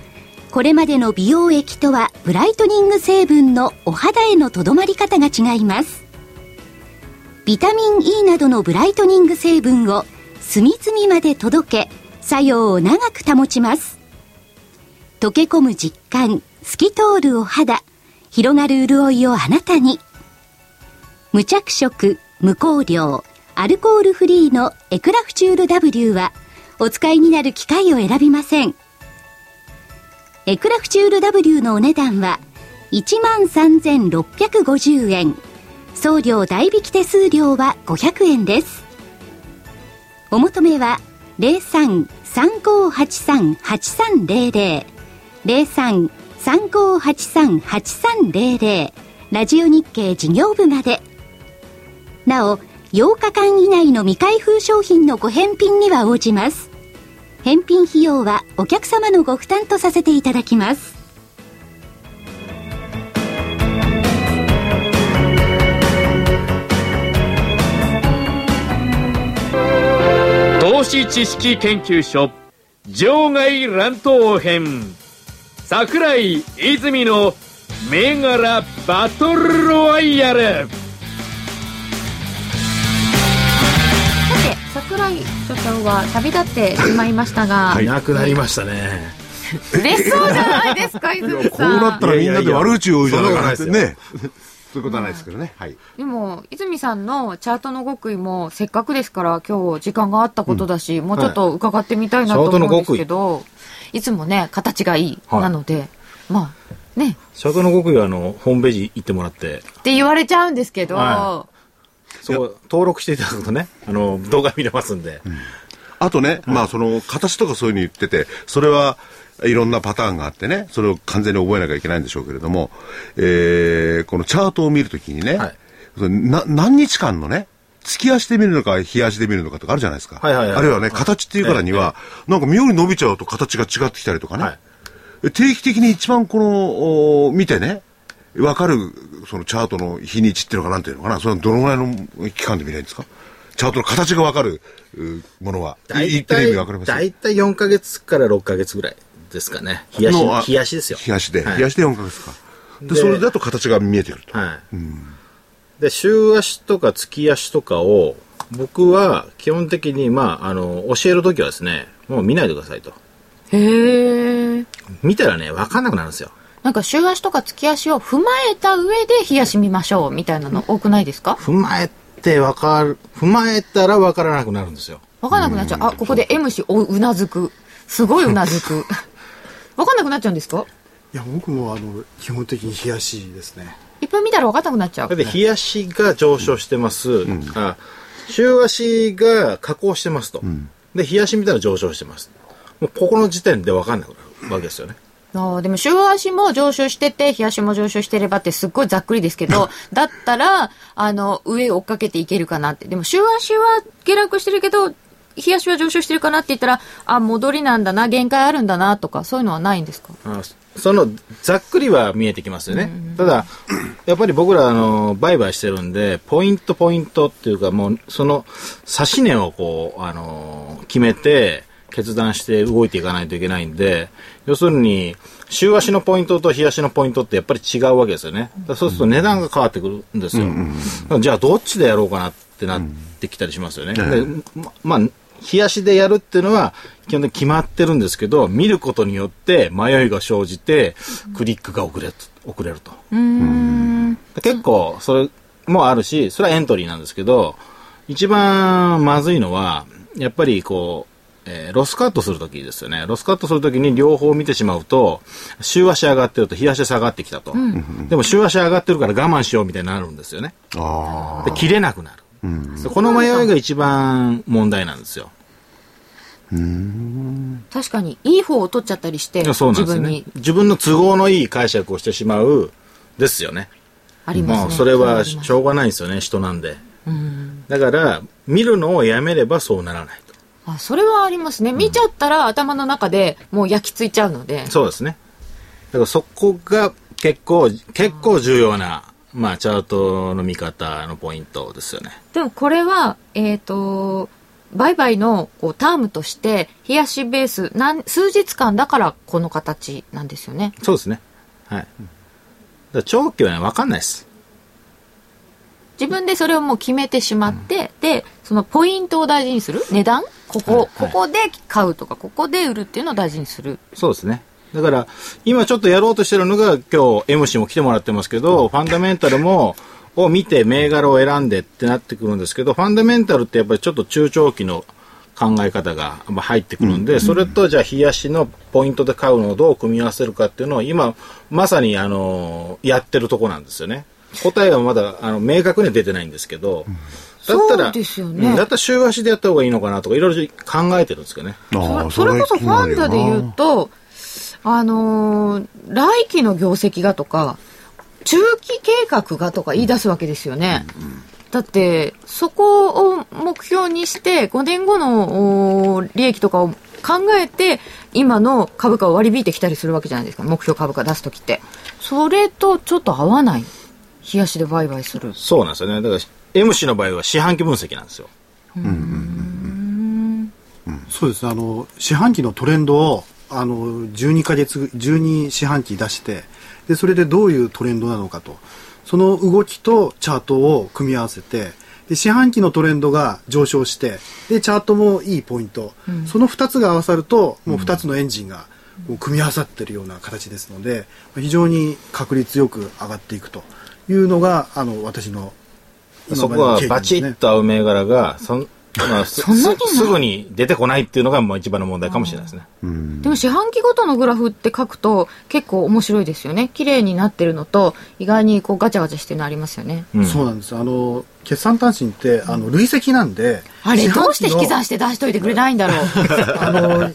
これまでの美容液とはブライトニング成分のお肌へのとどまり方が違いますビタミン E などのブライトニング成分を隅々まで届け作用を長く保ちます溶け込む実感透き通るお肌広がる潤いをあなたに無着色無香料アルコールフリーのエクラフチュール W はお使いになる機会を選びませんエクラフチュール W のお値段は13,650円送料代引き手数料は500円ですお求めは03-3583-8300 03-3583-8300ラジオ日経事業部までなお8日間以内の未開封商品のご返品には応じます返品費用はお客様のご負担とさせていただきます投資知識研究所場外乱闘編桜井泉の銘柄バトルロワイヤルさて、桜井所長は旅立ってしまいましたが、いなくなりましたね。嬉しそうじゃないですか、泉こうさん。なったらみんなで悪口を言うじゃないかなっていやいやいね。そういうことはないですけどね。はい。でも、泉さんのチャートの極意も、せっかくですから、今日時間があったことだし、もうちょっと伺ってみたいなと思うんですけど、い、つもね、形がいい、はいなので、まあ、ね、シャークの極意は、あの、ホームページ行ってもらって、って言われちゃうんですけど、はそこ、登録していただくとね、あの、動画見れますんで。あとね、まあその形とかそういうの言ってて、それはいろんなパターンがあってね、それを完全に覚えなきゃいけないんでしょうけれども、えーこのチャートを見るときにね、はいそのな、何日間のね、月足で見るのか、日足で見るのかとかあるじゃないですか。はいはいはいあるいはね、形っていうからには、なんか妙に伸びちゃうと形が違ってきたりとかね。はい定期的に一番この、お見てね、わかる、そのチャートの日にちっていうのかなんていうのかな、それはどのぐらいの期間で見れるんですかチャートの形がわかるうものは。い言ってる意味わかります大体4ヶ月から6ヶ月ぐらいですかね。冷やし、のあ冷やしですよ。冷やしで。はい冷やしで4ヶ月か。で、でそれだと形が見えてくると。はい。で、週足とか月足とかを、僕は基本的に、まあ、あの、教えるときはですね、もう見ないでくださいと。へえ。見たらね、わかんなくなるんですよ。なんか週足とか月足を踏まえた上で冷やし見ましょうみたいなの多くないですか踏まえてわかる、踏まえたらわからなくなるんですよ。わかんなくなっちゃう。あ、ここで M 氏おうなずく。すごいうなず く。わかんなくなっちゃうんですかいや、僕もあの、基本的に冷やしですね。いっぱい見たらわかんなくなっちゃだっう。て冷やしが上昇してます、あ週足が下降してますと、で冷やし見たら上昇してますもうここの時点で分かんなくなるわけですよねあーでも週足も上昇してて、日足も上昇してればってすっごいざっくりですけ ど、だったら、あの、上追っかけていけるかなって。でも週足は下落してるけど、日足は上昇してるかなって言ったら、あ、戻りなんだな、限界あるんだなとか、そういうのはないんですかあそのざっくりは見えてきますよね、ただやっぱり僕らあの売買してるんでポイントポイントっていうかもうその指し値をこうあの決めて決断して動いていかないといけないんで、要するに、週足のポイントと日足のポイントってやっぱり違うわけですよね。だからそうすると値段が変わってくるんですよ。だからじゃあどっちでやろうかなってなってきたりしますよね。でままあ、日足でやるっていうのは基本的に決まってるんですけど、見ることによって迷いが生じて、クリックが遅れと遅れると。結構それもあるしそれはエントリーなんですけど一番まずいのはやっぱりこう、えーロスカットするときですよねロスカットするときに両方見てしまうと週足上がってると日足下がってきたと、でも週足上がってるから我慢しようみたいになるんですよねあで切れなくなる、でこの迷いが一番問題なんですよ確かに、いい方を取っちゃったりして、いやそうなん自ですよ分ねに自分の都合のいい解釈をしてしまうですよねありますね。まあ、それはしそうしょうがないですよね、人なんで。だから、見るのをやめればそうならないあそれはありますね。見ちゃったら頭の中でもう焼き付いちゃうのでと。。そうですね。だからそこが結構、結構重要な、まあ、チャートの見方のポイントですよね。でもこれは、えっ、と、売買のこうタームとして、冷やしベース、なん数日間だからこの形なんですよね。そうですね。はい。だから長期はね、わかんないです。自分でそれをもう決めてしまって、で、そのポイントを大事にする値段ここ、はいはいここで買うとか、ここで売るっていうのを大事にする。そうですね。だから、今ちょっとやろうとしてるのが、今日、MC も来てもらってますけど、ファンダメンタルも、を見て銘柄を選んでってなってくるんですけど、ファンダメンタルってやっぱりちょっと中長期の考え方がまあ入ってくるんで、それとじゃあ、冷やしのポイントで買うのをどう組み合わせるかっていうのを、今、まさに、あの、やってるとこなんですよね。答えはまだ、あの、明確には出てないんですけど、だったそうら、ですよねうんだったら週足でやった方がいいのかなとか、いろいろ考えてるんですけどね。あそああれそれこそファンダで言うと、あのー来期の業績がとか、中期計画がとか言い出すわけですよね。だって、そこを目標にして、5年後のおー利益とかを考えて、今の株価を割り引いてきたりするわけじゃないですか。目標株価出すときって。それとちょっと合わない。冷やしで売買する。そうなんですよね。だから、M 氏の場合は四半期分析なんですよ。そうですねあの四半期のトレンドをあの12ヶ月12四半期出してでそれでどういうトレンドなのかとその動きとチャートを組み合わせてで四半期のトレンドが上昇してでチャートもいいポイント、その2つが合わさるともう2つのエンジンがこう組み合わさってるような形ですので非常に確率よく上がっていくというのがあの私のそこはバチッと合う銘柄が、そ んまあ、すそんなにないすすぐに出てこないっていうのがまあ一番の問題かもしれないですね。でも四半期ごとのグラフって書くと結構面白いですよね綺麗になってるのと意外にこうガチャガチャしてるのありますよねうんそうなんですあの決算単身ってあの累積なんで、あれ四半期のどうして引き算して出しといてくれないん だろうあの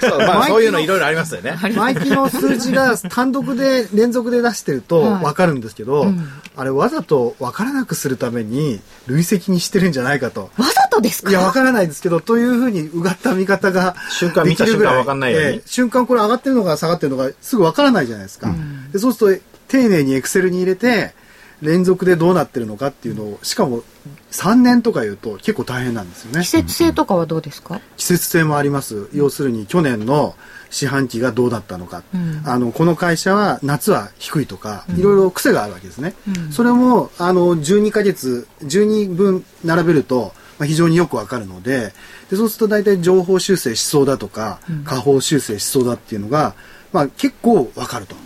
そうまあ、そういうのいろいろありますよね。毎期の数字が単独で連続で出してるとはい分かるんですけど、うんあれわざと分からなくするために累積にしてるんじゃないかと。わざとですかいや、わからないですけど、というふうにうがった見方が瞬間できるぐらい。見た瞬間わかんないようにええ瞬間これ上がってるのか下がってるのかすぐわからないじゃないですか。でそうすると、丁寧にエクセルに入れて、連続でどうなってるのかっていうのを、しかも3年とか言うと結構大変なんですよね季。節性とかはどうですか季節性もあります要するに去年の四半期がどうだったのか、うんあのこの会社は夏は低いとか、いろいろ癖があるわけですね、それもあの12ヶ月12分並べると、まあ、非常によくわかるのででそうすると大体情報修正しそうだとか、下方修正しそうだっていうのが、まあ、結構わかると、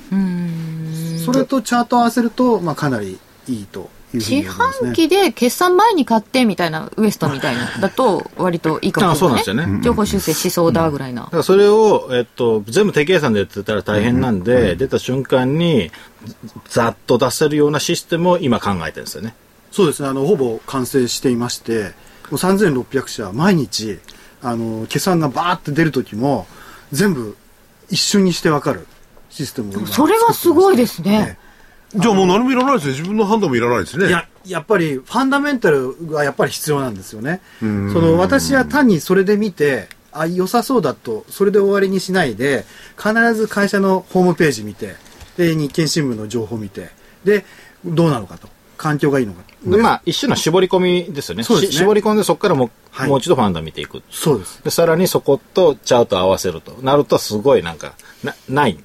それとチャート合わせると、まあ、かなりいいというふう四に思いますね半期で決算前に買ってみたいなウエストみたいなだと割といいかもしれないあそうなんですよね情報修正しそうだぐらいなだからそれを、えっと、全部手計算でやってたら大変なんで、出た瞬間に、ざっと出せるようなシステムを今考えてるんですよね。そうですねあのほぼ完成していましてもう3600社毎日あの決算がバーって出る時も全部一瞬にして分かるシステムを今それはすごいですね作ってじゃあもう何もいらないですね。自分の判断もいらないですまね。いややっぱりファンダメンタルがやっぱり必要なんですよねその私は単にそれで見てあ良さそうだとそれで終わりにしないで必ず会社のホームページ見てで日経新聞の情報見てでどうなのかと環境がいいのか。でまあ、一種の絞り込みですよね。そうですねし絞り込んで、そこからもう、はいもう一度ファンダ見ていく。そうです。で、さらにそことチャート合わせると。なると、すごいなんか、な、ない。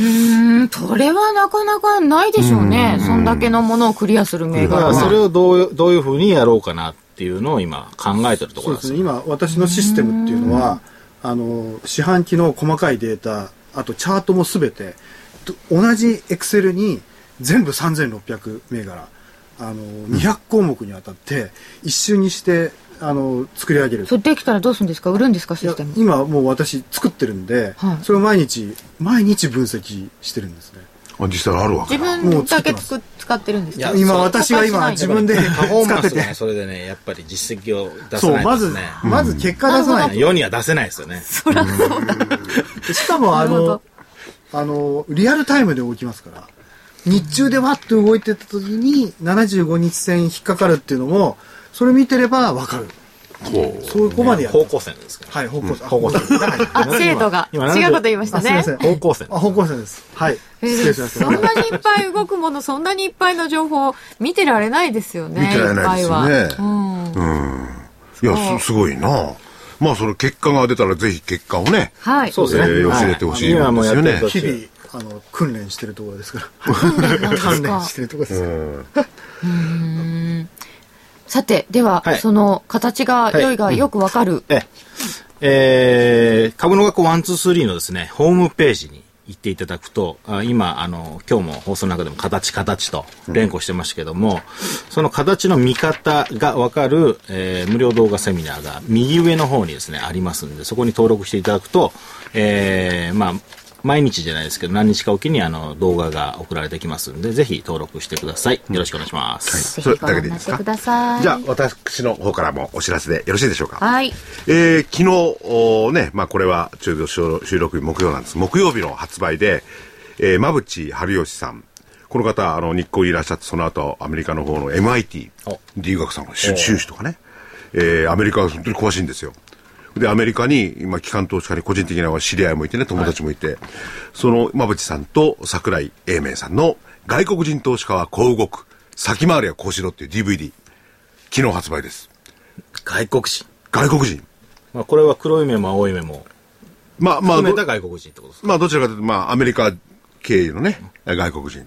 うん、それはなかなかないでしょうね。そんだけのものをクリアする銘だか柄ら、それは。をどう、どういうふうにやろうかなっていうのを今、考えてるとこそうでろですすね。よ。今、私のシステムっていうのは、あの、四半期の細かいデータ、あとチャートもすべて、ど同じエクセルに全部3600銘柄、あの、200項目にわたって、一瞬にして、あの、作り上げる。それできたらどうするんですか売るんですかいシやステム。今もう私作ってるんで、はいそれを毎日毎日分析してるんですねあ実際あるわけ自だ分だけつく使ってるんですか今そう私が今公開し自ない分でパフォー使マっンてスがね、てそれでね、やっぱり実績を出さそなういまでずすね。まず結果出さない世には出せないですよね。しかもあなるほのどあのリアルタイムで動きますから日中でわっと動いてた時に75日線引っかかるっていうのもそれ見てればわかるそういうこまでやる方向線ですから。はい方向線方 向線。あ精度が今今違うこと言いましたあすいねませ。ん方向線。あ方向線ですはいえー失礼しましそたんなにいっぱい動くもの、そんなにいっぱいの情報、見てられないですよね。見てられないですよねっぱいはうんいやすすごいなまあその結果が出たらぜひ結果をね、はい。そうですね。えー教えてほしいもんですよね今もやってる途日中々あの訓練してるところですからなん 鍛で錬すしかてるところですさて、では、はいその形が良いがよくわかる。えええー株の学校123のですね、ホームページに行っていただくと、あ今、あの、今日も放送の中でも形形と連呼してましたけども、その形の見方がわかる、えー無料動画セミナーが右上の方にですね、ありますんで、そこに登録していただくと、えーまあ、毎日じゃないですけど、何日かおきにあの動画が送られてきますんで、ぜひ登録してください。よろしくお願いします。ぜそひれごだけ覧でにないいでっすてかください。じゃあ私の方からもお知らせでよろしいでしょうかはい。えー昨日おーね、まあ、これは中途収録日木曜なんです木曜日の発売で、えー、馬淵春吉さんこの方あの日光にいらっしゃってその後アメリカの方の MIT 留学さんの修修士とかね、えーアメリカが本当に詳しいんですよでアメリカに今機関投資家に個人的な知り合いもいてね友達もいて、その馬淵さんと桜井英明さんの「外国人投資家はこう動く先回りはこうしろ」っていう DVD 昨日発売です外国人。外国人まあ、これは黒い目も青い目もまあまあ含めた外国人ってことですかまあどちらかというと、まあアメリカ経由のね、外国人。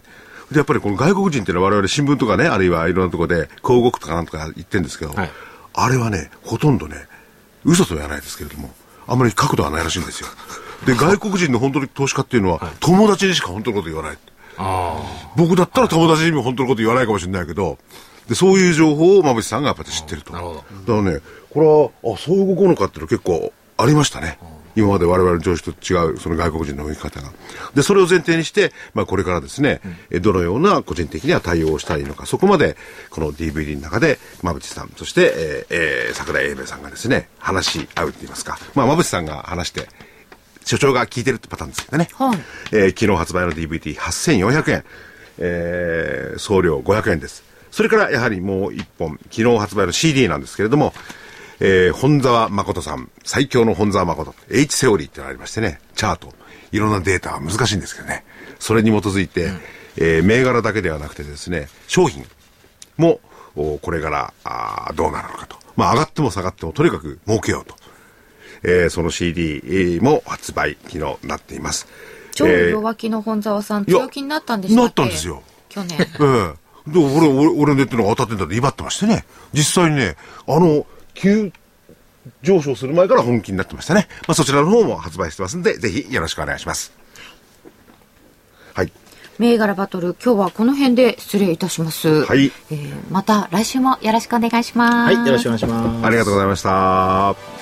で、やっぱりこの外国人っていうのは我々新聞とかね、あるいはいろんなところで、広告とかなんとか言ってるんですけど、はいあれはね、ほとんどね、嘘とは言わないですけれども、あんまり角度はないらしいんですよ。で、外国人の本当に投資家っていうのは、友達にしか本当のこと言わない。僕だったら友達にも本当のこと言わないかもしれないけど、でそういう情報を馬渕さんがやっぱり知ってると。だからね、これは、あ、そう動くのかっていうの結構ありましたね。今まで我々の常識と違う、その外国人の動き方が。で、それを前提にして、まあこれからですね、えどのような個人的には対応をしたらいいのか、そこまで、この DVD の中で、馬淵さん、そして、えーえー桜井英明さんがですね、話し合うって言いますか、まあ馬淵さんが話して、所長が聞いてるってパターンですけどね。はいえー昨日発売の DVD8400 円、えー送料500円です。それからやはりもう一本、昨日発売の CD なんですけれども、えー本沢誠さん、最強の本沢誠、H セオリーってのがありましてね、チャート、いろんなデータは難しいんですけどね、それに基づいて、えー銘柄だけではなくてですね、商品も、おこれから、あーどうなるのかと。まあ上がっても下がってもとにかく儲けようと。えーその CD も発売、昨日なっています。超えー弱気の本沢さん、いや強気になったんでしたっけなったんですよ。去年。ええで、俺、俺、俺の言ってるのが当たってんだって威張ってましてね。実際にね、あの、急上昇する前から本気になってましたね。まあ、そちらの方も発売してますんで、ぜひよろしくお願いします。はい。銘柄バトル、今日はこの辺で失礼いたします。はいえーまた来週もよろしくお願いします。はい、よろしくお願いします。ありがとうございました。